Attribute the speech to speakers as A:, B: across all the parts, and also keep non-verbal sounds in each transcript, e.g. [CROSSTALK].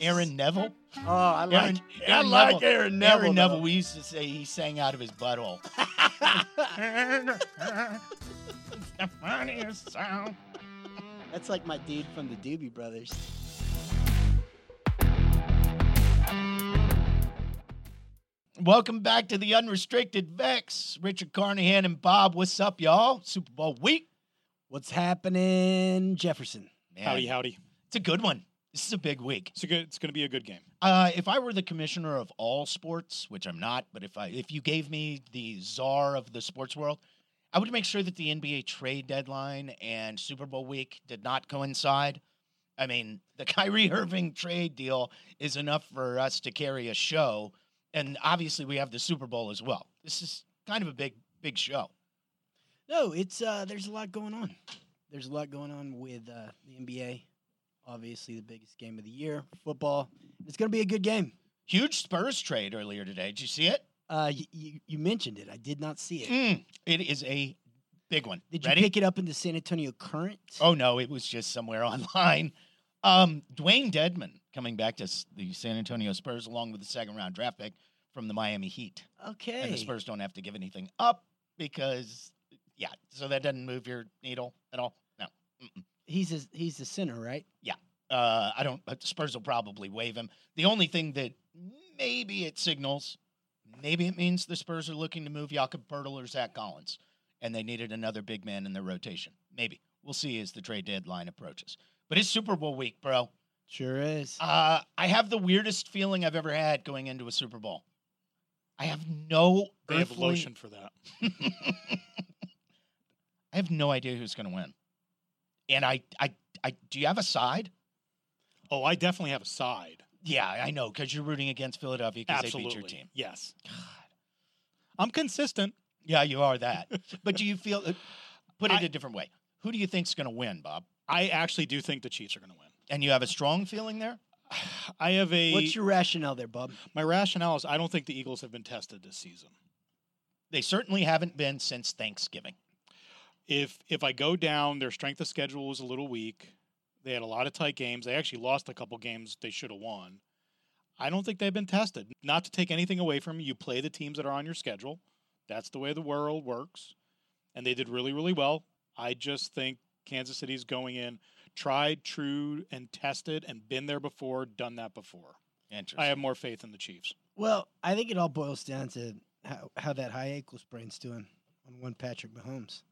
A: Aaron Neville.
B: Oh, I like.
A: Aaron,
B: I like Aaron Neville,
A: Aaron Neville.
B: though.
A: We used to say he sang out of his
B: [LAUGHS]
A: butthole. [LAUGHS] the funniest sound.
B: That's like my dude from the Doobie Brothers.
A: Welcome back to the Unrestricted Vex. Richard Carnahan and Bob, what's up, y'all? Super Bowl week.
B: What's happening, Jefferson?
A: Man,
C: Howdy, howdy.
A: It's a good one. This is a big week.
C: It's a good. It's going to be a good game.
A: Uh, if I were the commissioner of all sports, which I'm not, but if I if you gave me the czar of the sports world, I would make sure that the NBA trade deadline and Super Bowl week did not coincide. I mean, [LAUGHS] the Kyrie Irving trade deal is enough for us to carry a show, and obviously we have the Super Bowl as well. This is kind of a big big show.
B: No, it's uh, there's a lot going on. There's a lot going on with uh, the NBA. Obviously, the biggest game of the year, football. It's going to be a good game.
A: Huge Spurs trade earlier today. Did you see it?
B: Uh, y- y- you mentioned it. I did not see it.
A: Mm, it is a big one.
B: Did you
A: Ready?
B: pick it up in the San Antonio Current?
A: Oh no, it was just somewhere [LAUGHS] online. Um, Dwayne Dedman coming back to s- the San Antonio Spurs along with the second round draft pick from the Miami Heat,
B: okay.
A: and the Spurs don't have to give anything up because yeah, so that doesn't move your needle at all. No,
B: He's a, he's the center, right?
A: uh, I don't. But the Spurs will probably waive him. The only thing that maybe it signals, maybe it means the Spurs are looking to move Jakob Pertl or Zach Collins, and they needed another big man in their rotation. Maybe we'll see as the trade deadline approaches. But it's Super Bowl week, bro.
B: Sure is.
A: Uh, I have the weirdest feeling I've ever had going into a Super Bowl. I have no
C: They have
A: earthly- [LAUGHS]
C: lotion for that.
A: I have no idea who's going to win. And I, I, I, do you have a side?
C: Oh, I definitely have a side.
A: Yeah, I know because you're rooting against Philadelphia because they beat your team.
C: Absolutely. Yes. I'm consistent.
A: Yeah, you are that. but do you feel? uh, Put it
C: I-
A: a different way. Who do you think's going to win, Bob?
C: I actually do think the Chiefs are going to
A: [SIGHS]
C: win.
A: And you have a strong feeling there.
C: I have a.
B: What's your rationale there, Bob?
C: my rationale is I don't think the Eagles have been tested this season.
A: They certainly haven't been since Thanksgiving.
C: If if I go down, their strength of schedule was a little weak. They had a lot of tight games. They actually lost a couple games they should have won. I don't think they've been tested. Not to take anything away from you, you play the teams that are on your schedule. That's the way the world works. And they did really, really well. I just think Kansas City's going in tried, true, and tested and been there before, done that before.
A: Interesting.
C: I have more faith in the Chiefs.
B: Well, I think it all boils down to how, how that high ankle sprain's doing on one Patrick Mahomes.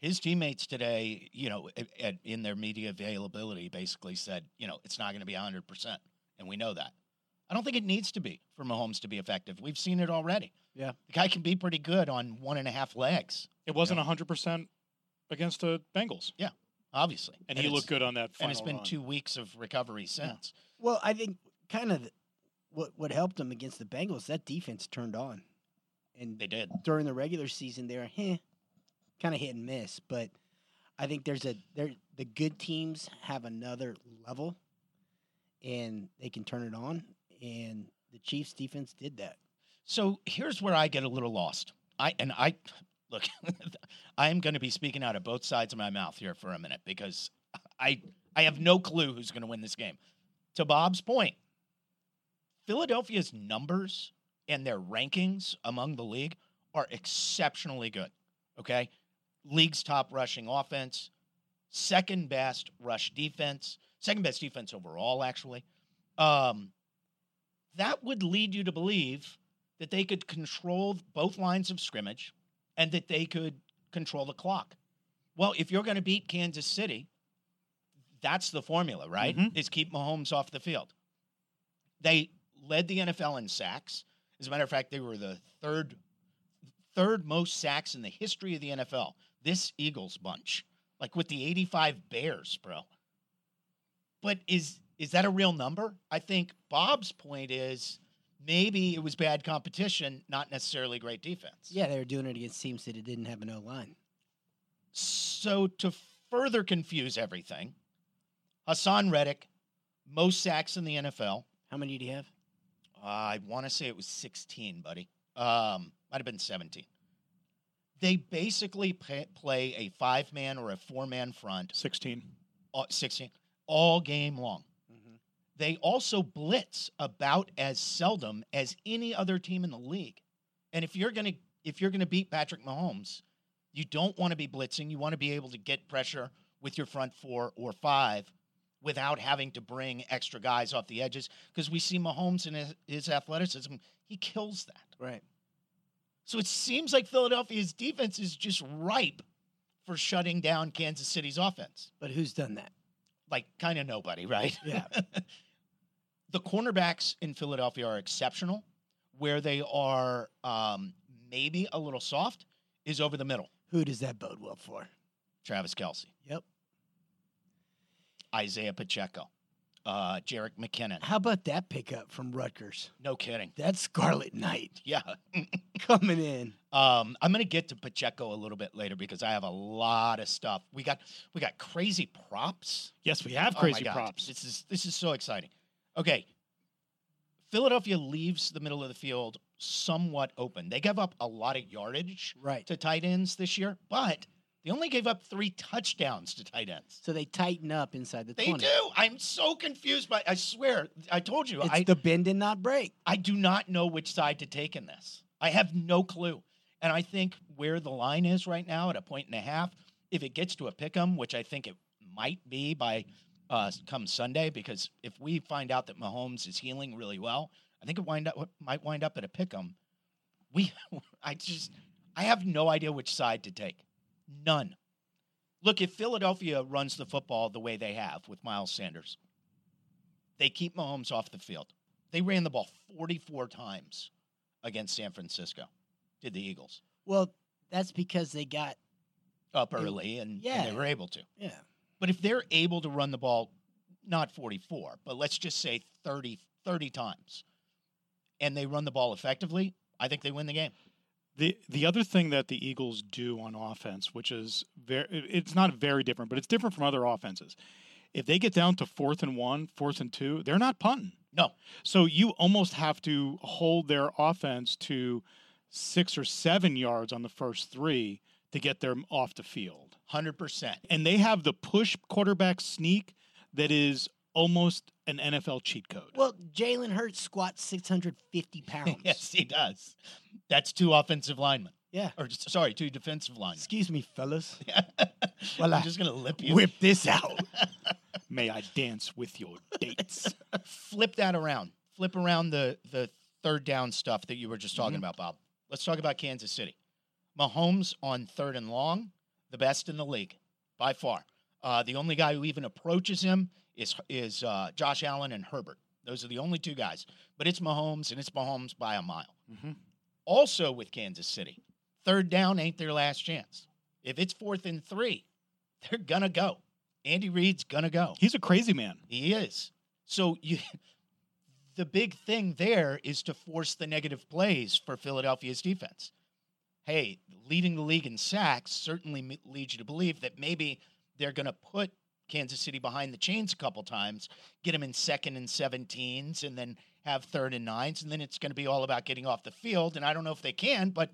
A: His teammates today, you know, at, at, in their media availability, basically said, you know, it's not going to be 100 percent, and we know that. I don't think it needs to be for Mahomes to be effective. We've seen it already.
B: Yeah.
A: the guy can be pretty good on one and a half legs,
C: It wasn't a 100% against the Bengals,
A: obviously,
C: and, he
A: it's-
C: looked good on that
A: And
C: final
A: it's been
C: run.
A: two weeks of recovery since.
B: Well, I think kind of what what helped him against the Bengals that defense turned on, and
A: They did.
B: during the regular season they're eh, kind of hit and miss. But I think there's a there the good teams have another level, and they can turn it on. And the Chiefs defense did that.
A: So here's where I get a little lost. I and I look, [LAUGHS] I am going to be speaking out of both sides of my mouth here for a minute because I I have no clue who's going to win this game. To Bob's point, Philadelphia's numbers and their rankings among the league are exceptionally good. Okay? League's top rushing offense, second best rush defense, second best defense overall actually. Um that would lead you to believe that they could control both lines of scrimmage and that they could control the clock. Well, if you're going to beat Kansas City, that's the formula, right?
C: Mhm.
A: Is keep Mahomes off the field. They led the NFL in sacks. As a matter of fact, they were the third third most sacks in the history of the NFL. This Eagles bunch, like with the 85 Bears, bro. But is is that a real number? I think Bob's point is maybe it was bad competition, not necessarily great defense.
B: Yeah, they were doing it against teams that didn't have an O line.
A: So to further confuse everything, Hassan Reddick, most sacks in the NFL.
B: How many do you have?
A: I want to say it was 16, buddy. Um, might have been 17. They basically pa play a five man or a four man front,
C: 16.
A: uh, 16, all game long. They also blitz about as seldom as any other team in the league. And if you're going to if you're going to beat Patrick Mahomes, you don't want to be blitzing. You want to be able to get pressure with your front four or five without having to bring extra guys off the edges because we see Mahomes and his, his athleticism, he kills that.
B: Right.
A: So it seems like Philadelphia's defense is just ripe for shutting down Kansas City's offense.
B: But who's done that?
A: Like kind of nobody, right?
B: Yeah.
A: the cornerbacks in Philadelphia are exceptional. Where they are um, maybe a little soft is over the middle.
B: Who does that bode well for?
A: Travis Kelsey,
B: Yep.
A: Isaiah Pacheco, uh, Jarek McKinnon.
B: How about that pickup from Rutgers?
A: No kidding. [LAUGHS]
B: That's Scarlet Knight [LAUGHS]
A: Yeah.
B: coming in.
A: Um, I'm gonna get to Pacheco a little bit later because I have a lot of stuff. We got we got crazy props.
C: Yes, we have
A: Oh my
C: crazy
A: God.
C: props.
A: This is this is so exciting. Okay. Philadelphia leaves the middle of the field somewhat open. They gave up a lot of yardage
B: Right.
A: to tight ends this year, but they only gave up three touchdowns to tight ends.
B: So they tighten up inside the
A: They
B: 20.
A: do. I'm so confused by I swear, I told you,
B: It's
A: I
B: the bend and not break.
A: I do not know which side to take in this. I have no clue. And I think where the line is right now at a point and a half, if it gets to a pick 'em, which I think it might be by uh, come Sunday, because if we find out that Mahomes is healing really well, I think it wind up might wind up at a pick 'em. We, [LAUGHS] I just, I have no idea which side to take. None. Look, if Philadelphia runs the football the way they have with Miles Sanders, they keep Mahomes off the field. They ran the ball 44 times against San Francisco. Did the Eagles
B: Well, that's because they got,
A: up
B: And-
A: early and, and
B: yeah.
A: they were able to.
B: yeah,
A: But if they're able to run the ball not 44, but let's just say 30 30 times and they run the ball effectively, I think they win the game.
C: The the other thing that the Eagles do on offense, which is very, it's not very different, but it's different from other offenses. If they get down to fourth and one, fourth and two, they're not punting.
A: No.
C: So you almost have to hold their offense to six or seven yards on the first three to get them off the field.
A: 100%.
C: And they have the push quarterback sneak that is almost an NFL cheat code.
B: Well, Jalen Hurts squats 650 [LAUGHS] pounds.
A: [LAUGHS] yes, he does. That's two offensive linemen.
B: Yeah.
A: Or just- sorry, two defensive linemen.
B: Excuse me, [LAUGHS] fellas.
A: well,
B: Well,
A: [LAUGHS] I'm
B: I-
A: just going to lip you.
B: Whip this out.
C: May I dance with your
A: [LAUGHS]
C: dates?
A: flip that around. Flip around the the third down stuff that you were just talking
C: Mhm.
A: about, Bob. Let's talk about Kansas City. Mahomes on third and long, the best in the league by far. Uh, the only guy who even approaches him is is uh, Josh Allen and Herbert. Those are the only two guys. But it's Mahomes, and it's Mahomes by a mile
C: Mhm.
A: also with Kansas City. Third down ain't their last chance. If it's fourth and three, they're gonna go. Andy Reid's gonna go.
C: He's a crazy man.
A: He is. So you [LAUGHS] the big thing there is to force the negative plays for Philadelphia's defense. Hey, leading the league in sacks certainly m- leads you to believe that maybe they're going to put Kansas City behind the chains a couple times, get them in second and 17s, and then have third and nines. And then it's going to be all about getting off the field. And I don't know if they can, but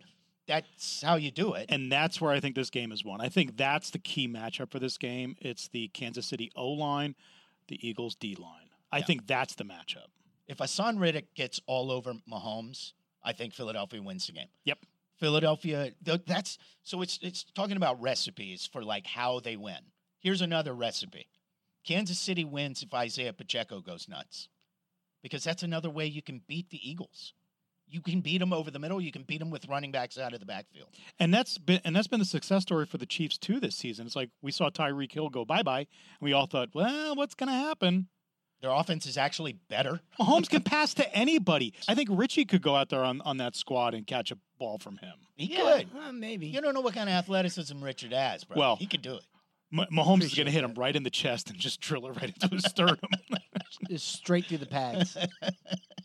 A: that's how you do it.
C: And that's where I think this game is won. I think that's the key matchup for this game. It's the Kansas City O line, the Eagles D line. I
A: Yeah.
C: think that's the matchup.
A: If Hassan Riddick gets all over Mahomes, I think Philadelphia wins the game.
C: Yep.
A: Philadelphia. th- That's so. It's it's talking about recipes for like how they win. Here's another recipe: Kansas City wins if Isaiah Pacheco goes nuts, because that's another way you can beat the Eagles. You can beat them over the middle. You can beat them with running backs out of the backfield.
C: And that's been and that's been the success story for the Chiefs too this season. It's like we saw Tyreek Hill go bye bye, and we all thought, well, what's going to happen?
A: Their offense is actually better.
C: Mahomes can pass to anybody. I think Richie could go out there on, on that squad and catch a ball from him.
A: He
B: yeah,
A: could.
B: uh, maybe.
A: You don't know what kind of athleticism Richard has, bro.
C: Well,
A: he could do it.
C: Ma- Mahomes is going to
B: Appreciate
C: hit him
B: that.
C: right in the chest and just [LAUGHS] drill it right into his sternum.
B: Just straight through the pads. [LAUGHS] and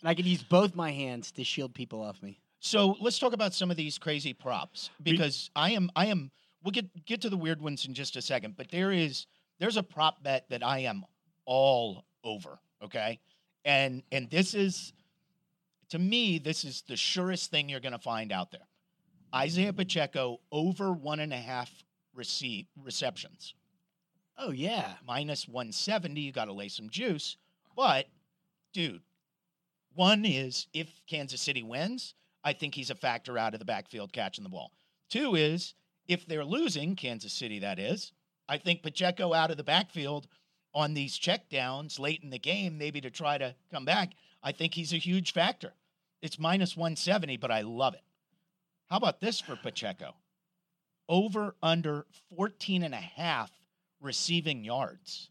B: I could use both my hands to shield people off me.
A: So let's talk about some of these crazy props
C: Be-
A: because I am I am we'll get get to the weird ones in just a second, but there is there's a prop bet that I am all over, okay? And and this is to me, this is the surest thing you're gonna find out there. Isaiah Pacheco over one and a half receive receptions.
B: Oh, yeah.
A: Minus 170, you gotta lay some juice, but dude, one is if Kansas City wins, I think he's a factor out of the backfield catching the ball. Two is if they're losing, Kansas City, that is, I think Pacheco out of the backfield on these checkdowns late in the game, maybe to try to come back, I think he's a huge factor. It's minus 170, but I love it. How about this for Pacheco? Over under 14 and a half receiving yards.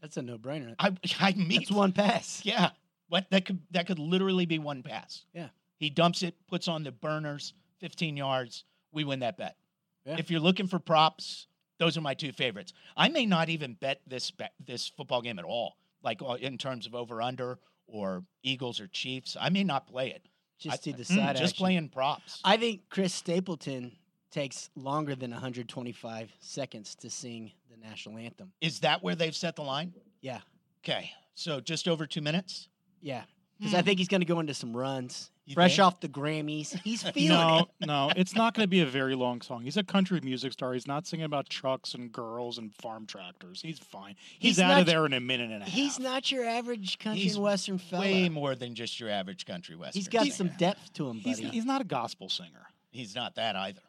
B: That's a no brainer.
A: I [LAUGHS] I mean
B: It's one pass.
A: yeah. What that could that could literally be one pass.
B: Yeah.
A: He dumps it, puts on the burners, 15 yards. We win that bet.
B: Yeah.
A: If you're looking for props, those are my two favorites. I may not even bet this bet, this football game at all. Like uh, in terms of over under or Eagles or Chiefs, I may not play it.
B: Just
A: I-
B: to
A: Mm,
B: decide.
A: just playing props.
B: I think Chris Stapleton takes longer than 125 seconds to sing the national anthem.
A: Is that where they've set the line?
B: Yeah.
A: Okay, so just over two minutes. Hmm.
B: Yeah. Because I think he's going to go into some runs.
A: You
B: Hmm. Fresh
A: think?
B: off the Grammys. [LAUGHS] He's feeling it.
C: No, no, it's not going to be a very long song. He's a country music star. He's not singing about trucks and girls and farm tractors. He's fine. He's,
B: He's
C: out of
B: not-
C: there in a minute and a half.
B: He's not your average country
A: He's
B: and western fella.
A: way more than just your average country western.
B: he's got
A: singer.
B: some depth to him, buddy.
C: He's, he's not a gospel singer.
A: He's not that either.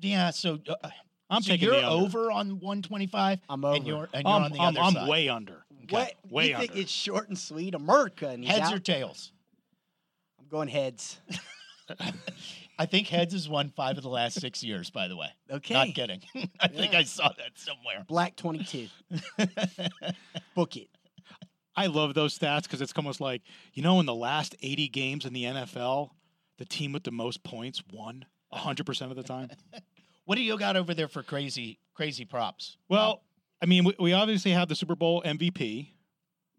A: Yeah, so uh,
C: I'm
A: so
C: taking
A: you're
C: the under.
A: over on 125,
B: I'm over.
A: and you're and you're
C: I'm,
A: on the
C: I'm-
A: other
C: I'm
A: side.
C: way under.
A: Okay.
B: what?
C: way
B: you think
C: under.
B: it's short and sweet, America? And he's
A: Heads
B: out?
A: or tails?
B: I'm going [LAUGHS] heads.
A: I think heads has won five of the last six years. By the way,
B: Okay.
A: not kidding. [LAUGHS] I think
B: Yeah.
A: I saw that somewhere. [LAUGHS]
B: Black 22. Book it.
C: I love those stats because it's almost like you know in the last 80 games in the NFL, the team with the most points won 100 percent of the time.
A: what do you got over there for crazy crazy props? Um,
C: Well, I mean, we, we obviously have the Super Bowl MVP.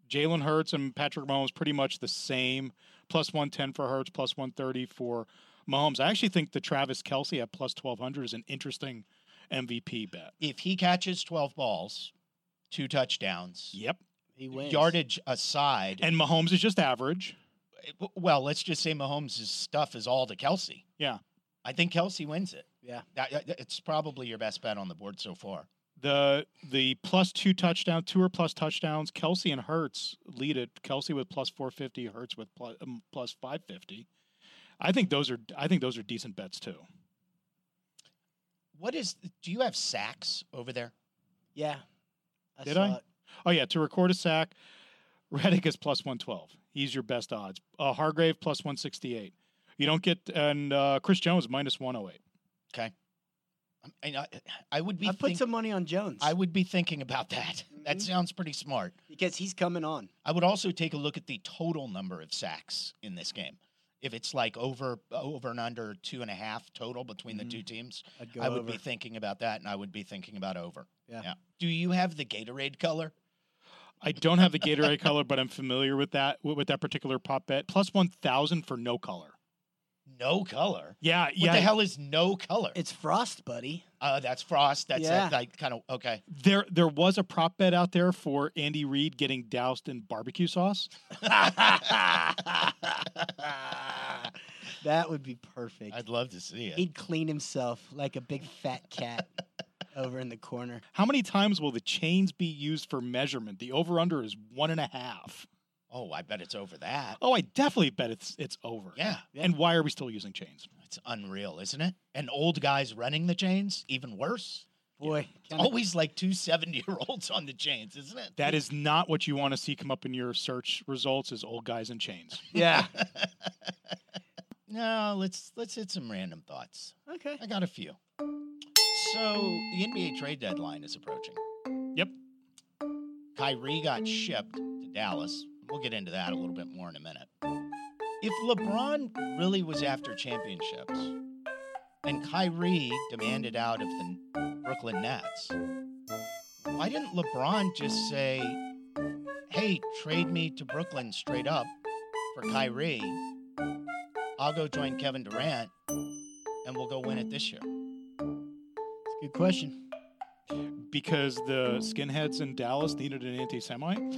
C: Jalen Hurts and Patrick Mahomes pretty much the same. Plus 110 for Hurts, plus 130 for Mahomes. I actually think the Travis Kelsey at plus 1200 is an interesting MVP bet.
A: if he catches 12 balls, two touchdowns,
C: Yep.
B: He wins.
A: yardage aside,
C: And Mahomes is just average.
A: well, let's just say Mahomes' stuff is all to Kelsey.
C: Yeah.
A: I think Kelsey wins it.
B: Yeah.
A: That- that- it's probably your best bet on the board so far.
C: The the plus two touchdown, two or plus touchdowns. Kelsey and Hertz lead it. Kelsey with plus four fifty, Hertz with plus um, plus five fifty. I think those are I think those are decent bets too.
A: What is? Do you have sacks over there?
B: Yeah. I
C: Did
B: saw
C: I?
B: it.
C: Oh yeah, to record a sack, Reddick is plus one twelve. He's your best odds. Uh, Hargrave plus one sixty eight. You don't get and uh, Chris Jones minus one oh eight.
A: I, mean, I, I would be.
B: I put
A: think-
B: some money on Jones
A: I would be thinking about that. That
B: Mhm.
A: sounds pretty smart.
B: because he's coming on.
A: I would also take a look at the total number of sacks in this game. If it's like over over and under two and a half total between
C: Mhm.
A: the two teams,
B: I'd Mm-hmm. go
A: I would
B: over.
A: be thinking about that, and I would be thinking about over.
B: Yeah.
A: Do you have the Gatorade color?
C: I don't have
A: [LAUGHS]
C: the Gatorade color, but I'm familiar with that with, with that particular pop bet. Plus one thousand for no color.
A: No color.
C: Yeah,
A: What
C: yeah.
A: the hell is no color?
B: It's Frost, buddy.
A: Uh, that's frost. That's
B: Yeah.
A: that, like kind of okay.
C: There there was a prop bet out there for Andy Reid getting doused in barbecue sauce.
A: I'd
B: That would be perfect.
A: love to see it.
B: He'd clean himself like a big fat cat [LAUGHS] over in the corner.
C: How many times will the chains be used for measurement? The over under is one and a half.
A: Oh, I bet it's over that.
C: Oh, I definitely bet it's it's over.
A: Yeah,
B: Yeah.
C: And why are we still using chains?
A: it's unreal, isn't it? And old guys running the chains, even worse.
B: Boy, kinda-
A: Always like two [LAUGHS] 70 year olds on the chains, isn't it?
C: That is not what you want to see come up in your search results is old guys in chains.
B: yeah.
A: [LAUGHS] no, let's let's hit some random thoughts.
B: [LAUGHS] Okay.
A: I got a few. So the NBA trade deadline is approaching.
C: Yep.
A: Kyrie got shipped to Dallas. We'll get into that a little bit more in a minute. If LeBron really was after championships and Kyrie demanded out of the Brooklyn Nets, why didn't LeBron just say, hey, trade me to Brooklyn straight up for Kyrie? I'll go join Kevin Durant and we'll go win it this year.
B: It's a good question.
C: Because the skinheads in Dallas needed an anti Semite.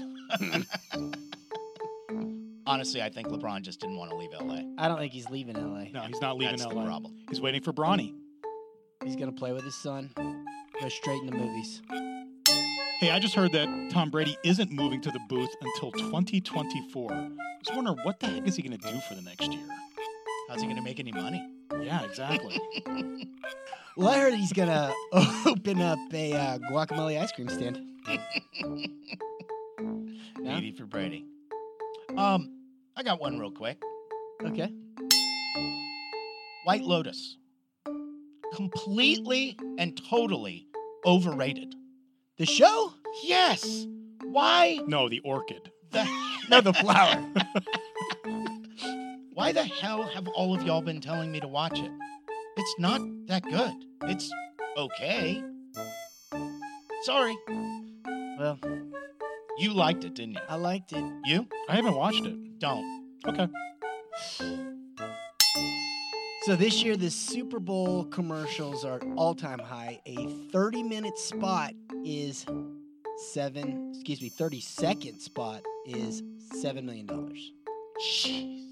A: Honestly, I think LeBron just didn't want to leave LA.
B: I don't think he's leaving LA.
C: No, he's not leaving
A: That's the
C: LA.
A: problem.
C: He's waiting for Bronny.
B: He's gonna play with his son. Go straight into movies.
C: Hey, I just heard that Tom Brady isn't moving to the booth until 2024. I was wondering what the heck is he going to do for the next year?
A: How's he going to make any money? [LAUGHS]
C: Yeah, exactly.
B: Well, I heard he's gonna [LAUGHS] open up a uh, guacamole ice cream stand. Yeah.
A: Needy for Brady. Um, I got one real quick.
B: Okay.
A: White Lotus. Completely and totally overrated.
B: The show?
A: Yes. Why
C: no, the orchid.
A: the [LAUGHS]
B: No, the flower.
A: why the hell have all of y'all been telling me to watch it? It's not that good. It's okay. Sorry.
B: well,
A: You liked it, didn't
B: I liked it.
A: you? You
C: [LAUGHS] I haven't watched it.
A: don't.
C: Okay.
B: So this year, the Super Bowl commercials are all time high. A 30 minute spot is seven, excuse me, 30 second spot is $7 million. Do
A: Jeez.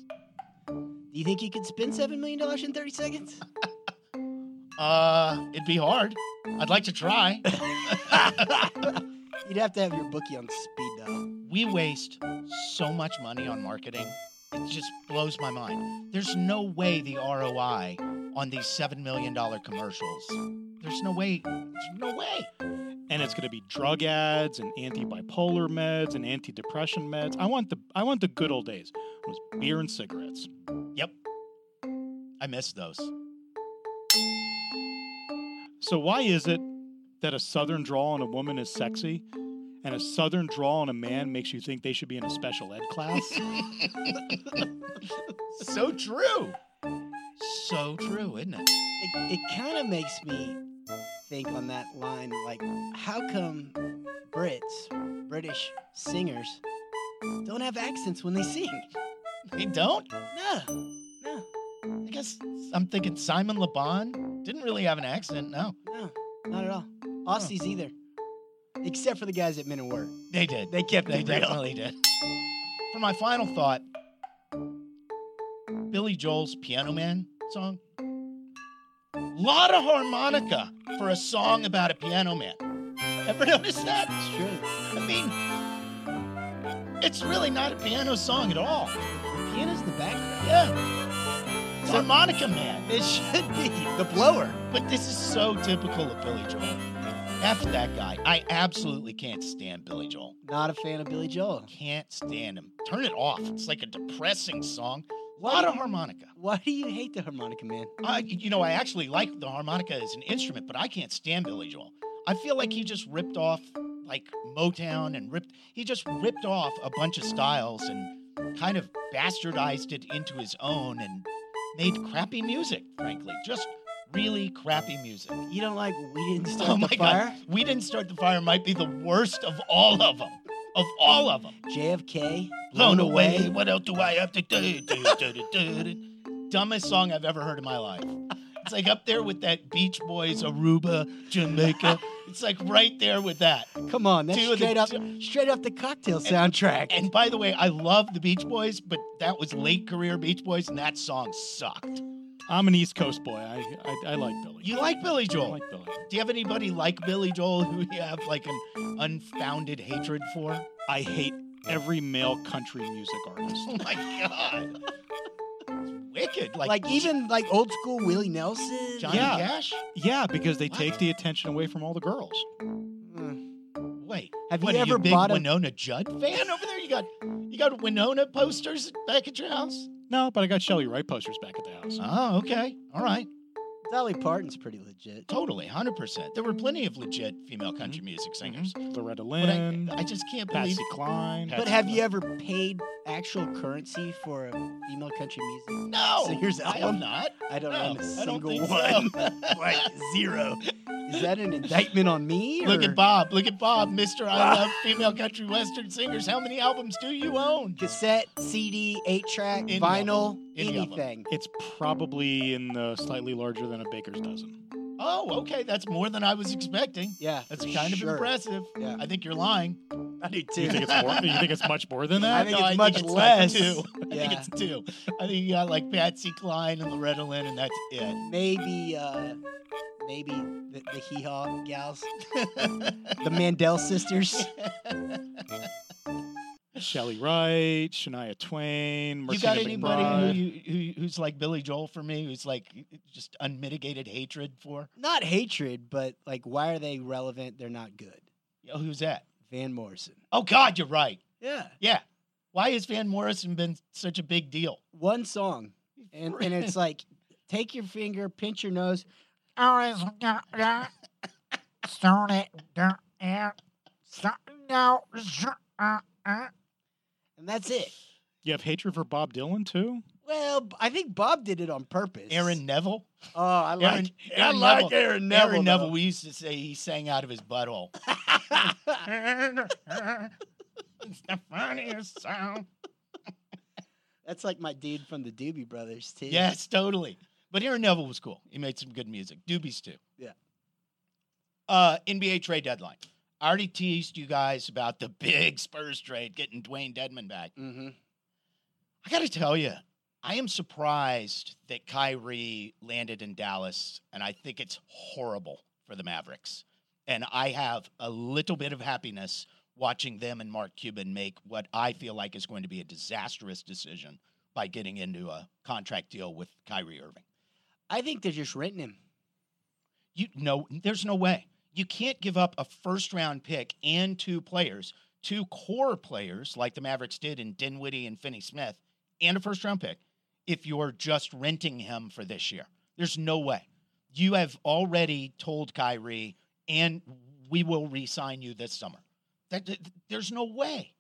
B: you think you could spend $7 million in 30 seconds?
A: Uh, it'd be hard. I'd like to try. [LAUGHS]
B: You'd have to have your bookie on speed dial.
A: we waste so much money on marketing. It just blows my mind. There's no way the ROI on these seven million dollar commercials. There's no way. There's no way.
C: And it's going to be drug ads and anti-bipolar meds and anti-depression meds. I want the I want the good old days. It was beer and cigarettes.
A: I miss those.
C: So why is it that a southern drawl on a woman is sexy and a southern drawl on a man makes you think they should be in a special ed class?
A: So true. So true, isn't it?
B: It, it kind of makes me think on that line like, how come Brits, British singers, don't have accents when they sing?
A: They don't.
B: No, no,
A: I guess I'm thinking Simon LeBon didn't really have an accent. No,
B: no, not at all. Aussies either, except for the guys at Men at Work.
A: they did.
B: They kept
A: They
B: it real.
A: definitely did. For my final thought, Billy Joel's Piano Man song. Lot of harmonica for a song about a piano man. Ever notice that?
B: It's true.
A: I mean, it's really not a piano song at all.
B: The piano's in the background.
A: Yeah. It's harmonica man.
B: It should be the blower.
A: But this is so typical of Billy Joel. F that guy. I absolutely can't stand Billy Joel.
B: Not a fan of Billy Joel.
A: Can't stand him. Turn it off. It's like a depressing song. A lot of harmonica.
B: Why do you hate the harmonica man?
A: I, you know, I actually like the harmonica as an instrument, but I can't stand Billy Joel. I feel like he just ripped off like Motown and ripped. He just ripped off a bunch of styles and kind of bastardized it into his own and made crappy music. Frankly, just really crappy music.
B: You don't like we didn't start
A: Oh my
B: the fire.
A: god, we didn't start the fire might be the worst of all of them. Of all of them.
B: JFK
A: Blown away. What else do I have to do? do, do, do, do, do? Dumbest song I've ever heard in my life. It's like up there with that Beach Boys, Aruba, Jamaica. It's like right there with that.
B: Come on, that's
A: Two of the
B: straight up,
A: two-
B: straight up the cocktail soundtrack.
A: And by the way, I love the Beach Boys, but that was late career Beach Boys, and that song sucked.
C: I'm an East Coast boy. I I, I like Billy.
A: You like Billy
C: I
A: Joel?
C: like Billy.
A: Do you have anybody like Billy Joel who you have like an unfounded hatred for?
C: I hate every male country music artist.
A: Oh my god. It's wicked. Like,
B: like even like old school Willie Nelson.
A: Johnny
C: Yeah.
A: Cash?
C: Yeah, because they
A: What?
C: take the attention away from all the girls.
B: Mm.
A: Wait.
B: Have
A: what,
B: you
A: are
B: ever
A: a big
B: bought a
A: Winona Judd fan over there? You got you got Winona posters back at your house?
C: No, but I got Shelley Wright posters back at the house.
A: Oh, okay. All right.
B: Dolly Parton's pretty legit.
A: Totally. 100%. There were plenty of legit female
B: Mm-hmm.
A: country music singers.
C: Loretta
A: But
C: Lynn,
A: I, I just can't believe
C: Patsy Cline.
A: Pat-
B: But
A: That's
B: have
A: fun.
B: you ever paid actual currency for a female country music?
A: No.
B: So here's
A: I
B: album.
A: am not.
B: I don't
A: No,
B: own a
A: I don't
B: single
A: think
B: one. [LAUGHS]
A: so.
B: like zero. Is that an indictment on me?
A: [LAUGHS] Look
B: or-
A: at Bob. Look at Bob,
B: [LAUGHS]
A: Mr. I Love Female Country Western Singers. How many albums do you own?
B: cassette, CD, eight track,
A: Any of
B: vinyl,
A: Any of 'em.
B: anything.
C: It's probably in the slightly larger than a baker's dozen.
A: Oh, okay. That's more than I was expecting.
B: Yeah,
A: That's
B: for
A: kind
B: sure.
A: of impressive.
B: Yeah.
A: I think you're lying.
B: I do too.
C: You think it's more? you think it's much more
A: [LAUGHS]
B: [LAUGHS]
C: than
B: I
C: that?
B: think
A: No,
B: it's much
A: it's like
B: less. [LAUGHS]
A: two. I
B: yeah,
A: think it's two. [LAUGHS] I think you got like Patsy Cline and Loretta Lynn, and that's it.
B: maybe uh, maybe the, the hee haw gals, the Mandel
A: [LAUGHS]
B: sisters.
C: Shelley Wright, Shania Twain,
A: you
C: Martina
A: got anybody
C: McBride.
A: who, you, who who's like Billy Joel for me? Who's like just unmitigated hatred for?
B: Not hatred, but like, why are they relevant? They're not good.
A: Yo, who's that?
B: Van Morrison.
A: Oh God, you're right.
B: Yeah.
A: Yeah. Why has Van Morrison been such a big deal?
B: One song. And, and [LAUGHS] it's like, take your finger, pinch your nose. Always stone it. And that's it.
C: You have hatred for Bob
A: [LAUGHS]
C: Dylan too.
B: Well, b- I think Bob did it on purpose.
A: Aaron Neville.
B: Oh, I like
A: Aaron-
B: I
A: Aaron
B: like
A: Neville.
B: Aaron Neville.
A: Aaron Neville.
B: though.
A: We used to say he sang out of his butthole. it's the funniest sound.
B: [LAUGHS] That's like my dude from the Doobie Brothers too.
A: Yes, totally. But Aaron Neville was cool. He made some good music. Doobies too.
B: Yeah.
A: Uh, NBA trade deadline. I already teased you guys about the big Spurs trade getting Dwayne Dedman back.
B: Mm-hmm.
A: I got to tell you, I am surprised that Kyrie landed in Dallas, and I think it's horrible for the Mavericks. And I have a little bit of happiness watching them and Mark Cuban make what I feel like is going to be a disastrous decision by getting into a contract deal with Kyrie Irving.
B: I think they're just renting him.
A: You no, there's no way. You can't give up a first round pick and two players, two core players like the Mavericks did in Dinwiddie and Finney Smith, and a first round pick if you're just renting him for this year. There's no way. You have already told Kyrie, and we will re sign you this summer. That, that- there's no way.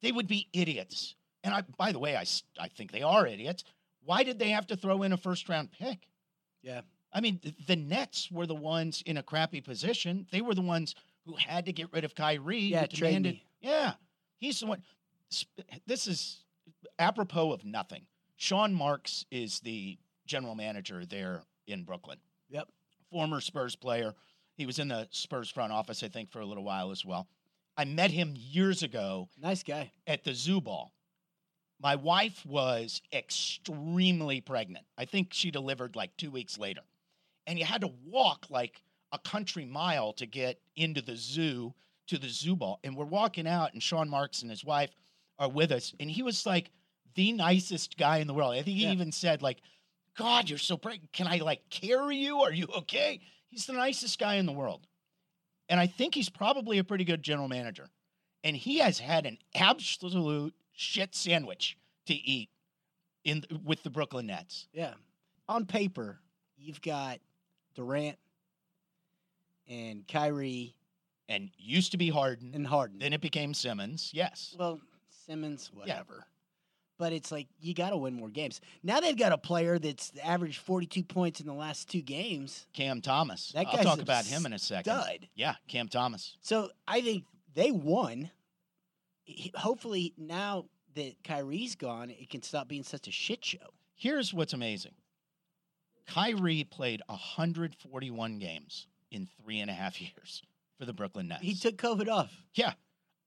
A: They would be idiots. And I, by the way, I, s- I think they are idiots. Why did they have to throw in a first round pick? I mean, th- the Nets were the ones in a crappy position. They were the ones who had to get rid of Kyrie. who
B: Yeah, trade
A: demanded-
B: me.
A: Yeah, he's the one. sp- This is apropos of nothing. Sean Marks is the general manager there in Brooklyn.
B: Yep.
A: Former Spurs player. He was in the Spurs front office, I think, for a little while as well. I met him years ago
B: Nice guy.
A: at the zoo ball. My wife was extremely pregnant. I think she delivered like two weeks later. And you had to walk like a country mile to get into the zoo to the zoo ball. And we're walking out, and Sean Marks and his wife are with us. And he was like the nicest guy in the world. I think he
B: Yeah.
A: even said, like, God, you're so pregnant. Can I like carry you? Are you okay? He's the nicest guy in the world. And I think he's probably a pretty good general manager and he has had an absolute shit sandwich to eat in with the Brooklyn Nets.
B: Yeah. On paper, you've got Durant and Kyrie
A: And used to be Harden,
B: and Harden.
A: then it became Simmons. Yes,
B: well, Simmons, whatever. But it's like you got to win more games. Now they've got a player that's averaged 42 points in the last two games.
A: Cam Thomas.
B: That
A: I'll
B: guy's
A: talk
B: a
A: about him in a second.
B: Dud.
A: Yeah, Cam Thomas.
B: So I think they won. He- Hopefully, now that Kyrie's gone, it can stop being such a shit show.
A: Here's what's amazing: Kyrie played 141 games in three and a half [LAUGHS] years for the Brooklyn Nets.
B: He took COVID off.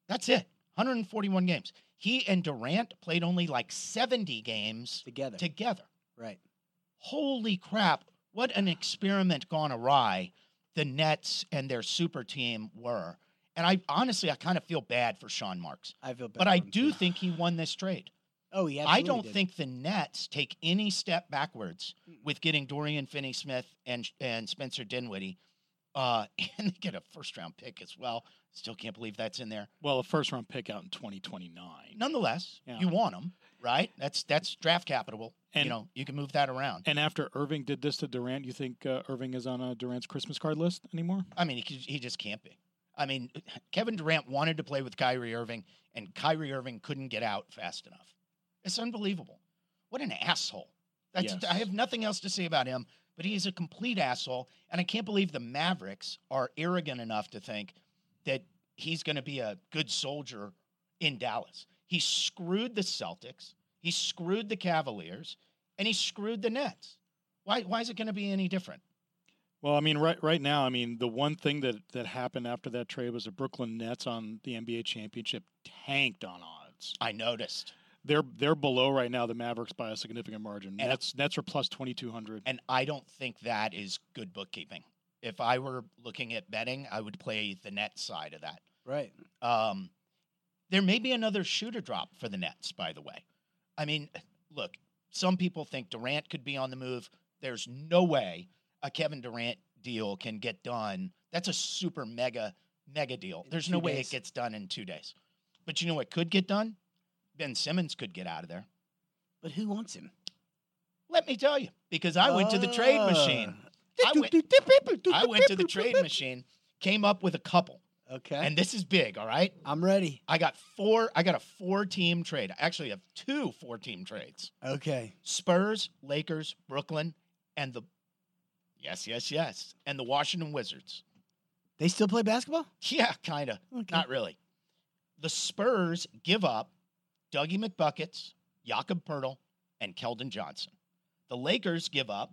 A: That's it. 141 games. He and Durant played only like 70 games
B: together.
A: together.
B: right.
A: holy crap, what an experiment gone awry the Nets and their super team were. And I honestly, I kind of feel bad for Sean Marks,
B: I feel bad.
A: but I
B: for him,
A: do
B: too.
A: think he won this trade.
B: Oh, yeah.
A: I don't think the Nets take any step backwards
C: Mm.
B: Mm-mm.
A: with getting Dorian Finney-Smith and and Spencer Dinwiddie, uh, [LAUGHS] and they get a first-round pick as well. Still can't believe that's in there.
C: Well, a first round pick out in 2029.
A: Nonetheless,
C: Yeah.
A: you want them, right? That's that's draft capital. you
C: And-
A: know, you can move that around.
C: And after Irving did this to Durant, you think uh, Irving is on uh, Durant's Christmas card list anymore?
A: I mean, he, could- he just can't be. I mean, Kevin Durant wanted to play with Kyrie Irving, and Kyrie Irving couldn't get out fast enough. It's unbelievable. What an asshole. That's, I
C: Yes.
A: have nothing else to say about him, but he's a complete asshole. And I can't believe the Mavericks are arrogant enough to think that he's going to be a good soldier in Dallas. He screwed the Celtics, he screwed the Cavaliers, and he screwed the Nets. Why, why is it going to be any different?
C: Well, I mean, right right now, I mean, the one thing that that happened after that trade was the Brooklyn Nets on the NBA championship tanked on odds.
A: I noticed.
C: They're they're below right now the Mavericks by a significant margin.
A: And-
C: Nets Nets are plus 2200.
A: And I don't think that is good bookkeeping. if I were looking at betting, I would play the net side of that.
B: Right.
A: Um, there may be another shooter drop for the Nets, by the way. I mean, look, some people think Durant could be on the move. There's no way a Kevin Durant deal can get done. That's a super mega, mega deal.
B: In
A: There's
B: two
A: no way
B: days.
A: it gets done in two days. But you know what could get done? Ben Simmons could get out of there.
B: But who wants him?
A: Let me tell you, because I went to the trade
B: Ah.
A: machine.
B: Oh.
A: I went- I went to the trade machine, came up with a couple.
B: [LAUGHS] Okay.
A: And this is big, all right?
B: I'm ready.
A: I got four. I got a four-team trade. I actually have two four-team trades:
B: Okay.
A: Spurs, Lakers, Brooklyn, and the yes, yes, yes, and the Washington Wizards.
B: They still play basketball?
A: Yeah, kind of.
B: Okay.
A: Not really. The Spurs give up Dougie McBuckets, Jakob Pertl, and Keldon Johnson. The Lakers give up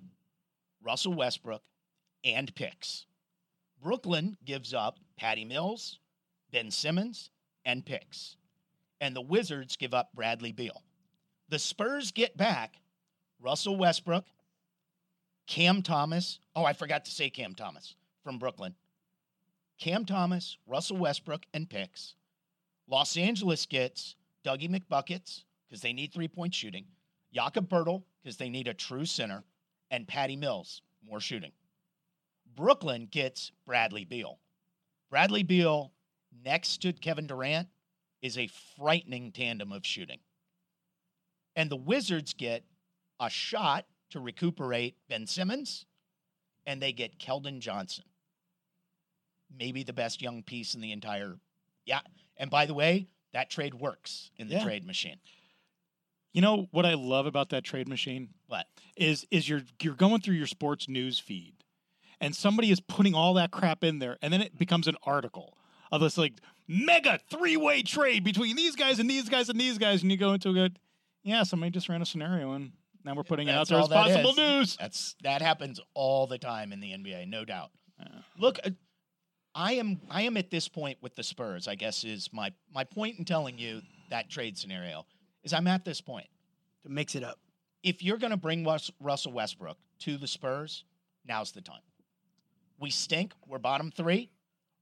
A: Russell Westbrook and picks. Brooklyn gives up Patty Mills, Ben Simmons, and picks. And the Wizards give up Bradley Beal. The Spurs get back Russell Westbrook, Cam Thomas. Oh, I forgot to say Cam Thomas from Brooklyn. Cam Thomas, Russell Westbrook, and picks. Los Angeles gets Dougie McBuckets because they need three point shooting, Jakob Bertel because they need a true center, and Patty Mills, more shooting. Brooklyn gets Bradley Beal. Bradley Beal next to Kevin Durant is a frightening tandem of shooting. And the Wizards get a shot to recuperate Ben Simmons, and they get Keldon Johnson maybe the best young piece in the entire yeah and by the way that trade works in the
C: Yeah.
A: trade machine
C: You know what I love about that trade machine?
A: What?
C: Is is you're you're going through your sports news feed and somebody is putting all that crap in there and then it becomes an article of this like mega three-way trade between these guys and these guys and these guys and you go into a good yeah, somebody just ran a scenario and now we're putting it out
A: That's
C: there as
A: all that
C: possible
A: is.
C: news.
A: that's that happens all the time in the nba no doubt
C: Yeah.
A: look uh, i am i am at this point with the spurs i guess is my my point in telling you that trade scenario is i'm at this point
B: To mix it up.
A: if you're going to bring Wes- russell westbrook to the spurs now's the time we stink we're bottom three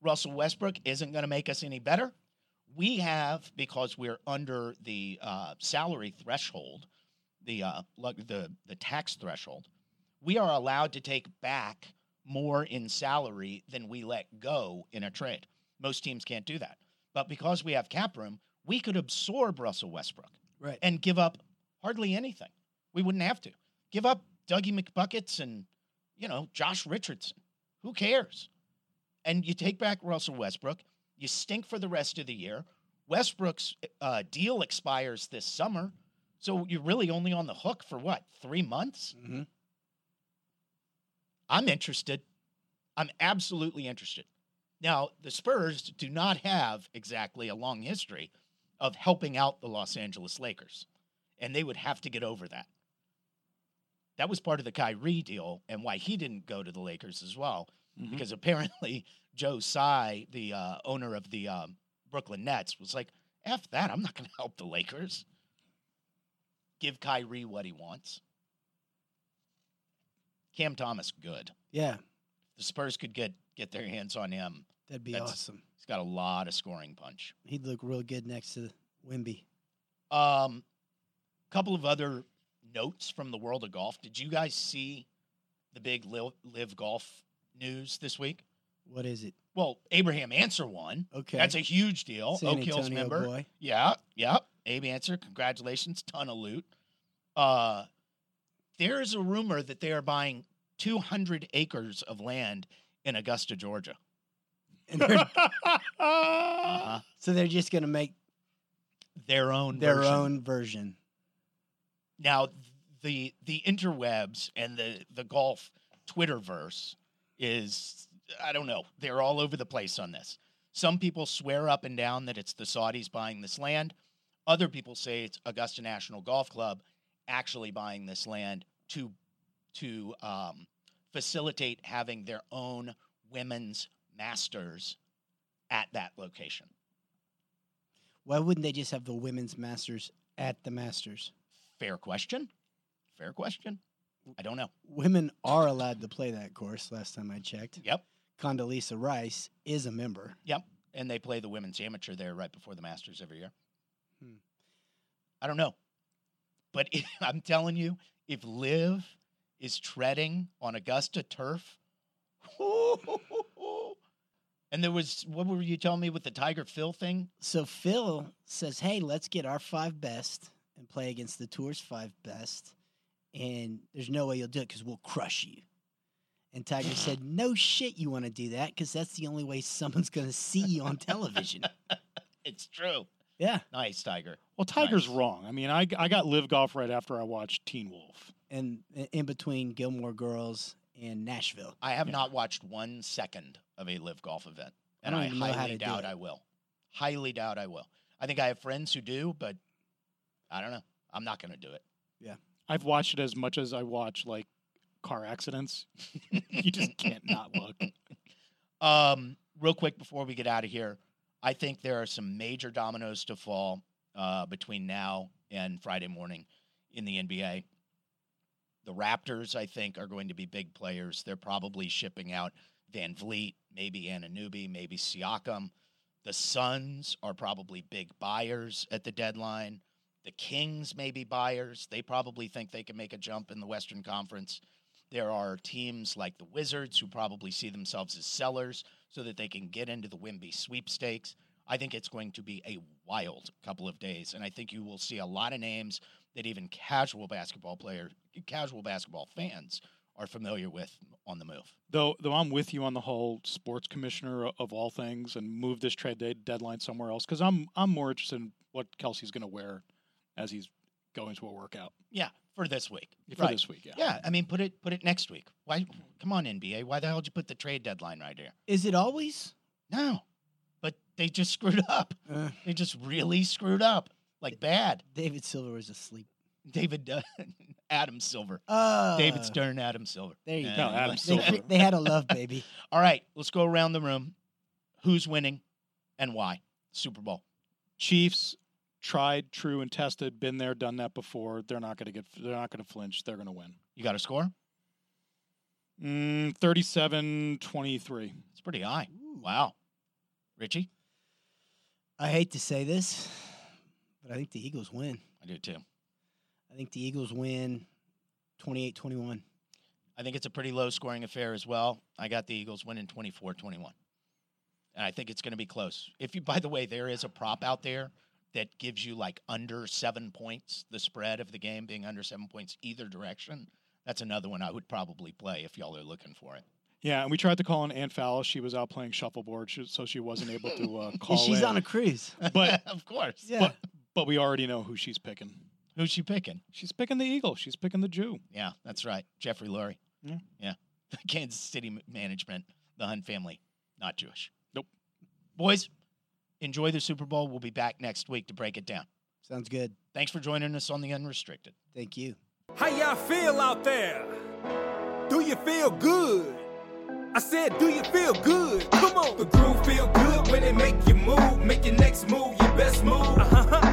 A: russell westbrook isn't going to make us any better we have because we're under the uh, salary threshold, the uh, lu- the the tax threshold. We are allowed to take back more in salary than we let go in a trade. Most teams can't do that, but because we have cap room, we could absorb Russell Westbrook
B: Right.
A: and give up hardly anything. We wouldn't have to give up Dougie McBuckets and you know Josh Richardson. Who cares? And you take back Russell Westbrook. You stink for the rest of the year. Westbrook's uh, deal expires this summer, so you're really only on the hook for what three months?
B: hmm
A: I'm interested. I'm absolutely interested. Now, the Spurs do not have exactly a long history of helping out the Los Angeles Lakers, and they would have to get over that. That was part of the Kyrie deal and why he didn't go to the Lakers as well,
C: Mhm. [LAUGHS]
A: because apparently [LAUGHS] Joe Tsai, the uh, owner of the um, Brooklyn Nets, was like, F that, I'm not going to [LAUGHS] help the Lakers. Give Kyrie what he wants. Cam Thomas, good
B: Yeah.
A: the Spurs could get get their hands on him,
B: That'd be
A: That's-
B: awesome.
A: he's got a lot of scoring punch.
B: He'd look real good next to Wimby.
A: Um, couple of other notes from the world of golf. Did you guys see the big live, live golf news this week?
B: What is it?
A: Well, Abraham Answer won.
B: Okay.
A: That's a huge deal.
B: San
A: Oak Hills
B: Antonio
A: member. [LAUGHS]
B: boy.
A: Yeah, yeah. Abe Answer, congratulations, ton of loot. Uh, there is a rumor that they are buying 200 acres of land in
B: [GASPS]
A: Augusta, Georgia.
B: And they're-
A: Uh-huh.
B: so they're just going to make
A: Their own
B: their
A: version.
B: own version.
A: now th- the the interwebs and the the golf twitterverse is i don't know they're all over the place on this some people swear up and down that it's the saudis buying this land other people say it's augusta national golf club actually buying this land to to um, facilitate having their own women's masters at that location
B: Why wouldn't they just have the women's masters at the masters?
A: fair question fair question I don't know.
B: Women are allowed to play that course. Last time I checked,
A: Yep.
B: Condoleezza Rice is a member.
A: And they play the women's amateur there right before the Masters every year.
B: Hmm.
A: I don't know. But [LAUGHS] if, I'm telling you, if Liv is treading on Augusta turf, [LAUGHS] and there was, what were you telling me with the Tiger Phil thing?
B: So Phil says, "Hey, let's get our five best and play against the tour's five best, and there's no way you'll do it because we'll crush you." And Tiger said, "No shit, you want to do that because that's the only way someone's going to see you on television."
A: It's true.
B: yeah,
A: Nice, Tiger.
C: Well, Tiger's
A: Nice.
C: wrong. I mean, I, I got live golf right after I watched Teen Wolf.
B: and i- in between Gilmore Girls and Nashville,
A: I have
C: Yeah.
A: not watched one second of a live golf event, and
B: don't
A: I,
B: even know how
A: highly
B: to do
A: doubt
B: it.
A: I will. Highly doubt I will. I think I have friends who do, but I don't know. I'm not going to do it.
C: I've watched it as much as I watch like car accidents.
A: [LAUGHS]
C: you just can't not look.
A: Um, real quick before we get out of here, I think there are some major dominoes to fall uh, between now and Friday morning in the NBA. The Raptors, I think, are going to be big players. They're probably shipping out Van Vliet, maybe Ananubi, maybe Siakam. The Suns are probably big buyers at the deadline. The Kings may be buyers. They probably think they can make a jump in the Western Conference. There are teams like the Wizards who probably see themselves as sellers so that they can get into the Wimby sweepstakes. I think it's going to be a wild couple of days, and I think you will see a lot of names that even casual basketball player, casual basketball fans are familiar with on the move.
C: Though though I'm with you on the whole sports commissioner o- of all things and move this trade de- deadline somewhere else because I'm I'm more interested in what Kelsey's going to wear as he's going to a workout
A: Yeah, for this week.
C: for
A: Right.
C: this week. Yeah.
A: Yeah, I mean, put it put it next week. Why? Come on, NBA. Why the hell did you put the trade deadline right here?
B: is it always?
A: No, but they just screwed up.
B: Uh,
A: They just really screwed up, like bad.
B: David Silver was asleep.
A: David uh, [LAUGHS] Adam Silver,
B: Oh,
A: David Stern, Adam Silver.
B: There you
A: Uh,
B: go.
C: No, Adam
A: like-
B: They,
C: Silver.
B: they had a love baby.
A: All right, let's go around the room. Who's winning and why? Super Bowl.
C: Chiefs tried, true, and tested. Been there, done that before. They're not going to get. They're not going to flinch. They're going to win.
A: You got a score?
C: Mm, 37-23.
A: It's pretty high.
B: Ooh.
A: Wow. Richie?
B: I hate to say this, but I think the Eagles win.
A: I do too.
B: I think the Eagles win 28 21.
A: I think it's a pretty low scoring affair as well. I got the Eagles winning 24 21. And I think it's going to be close. If you, by the way, there is a prop out there that gives you like under seven points, the spread of the game being under seven points either direction. That's another one I would probably play if y'all are looking for it.
C: Yeah, and we tried to call in Ann Fowles. She was out playing shuffleboard, she- so she wasn't able to uh, call
B: she's
C: in.
B: on a cruise.
C: But-
A: [LAUGHS] of course.
B: [LAUGHS] Yeah.
C: But, but we already know who she's picking.
A: Who's she picking?
C: She's picking the Eagle. She's picking the Jew.
A: Yeah, that's right. Jeffrey Lurie.
C: Yeah.
A: Yeah. [LAUGHS] Kansas City m- management, the Hunt family, not Jewish.
C: Nope.
A: Boys, enjoy the Super Bowl. We'll be back next week to break it down.
B: Sounds good.
A: Thanks for joining us on the Unrestricted.
B: Thank you.
D: How y'all feel out there? Do you feel good? I said, do you feel good? Come on. The groove feel good when it make you move. Make your next move your best move. Uh-huh. Uh-huh.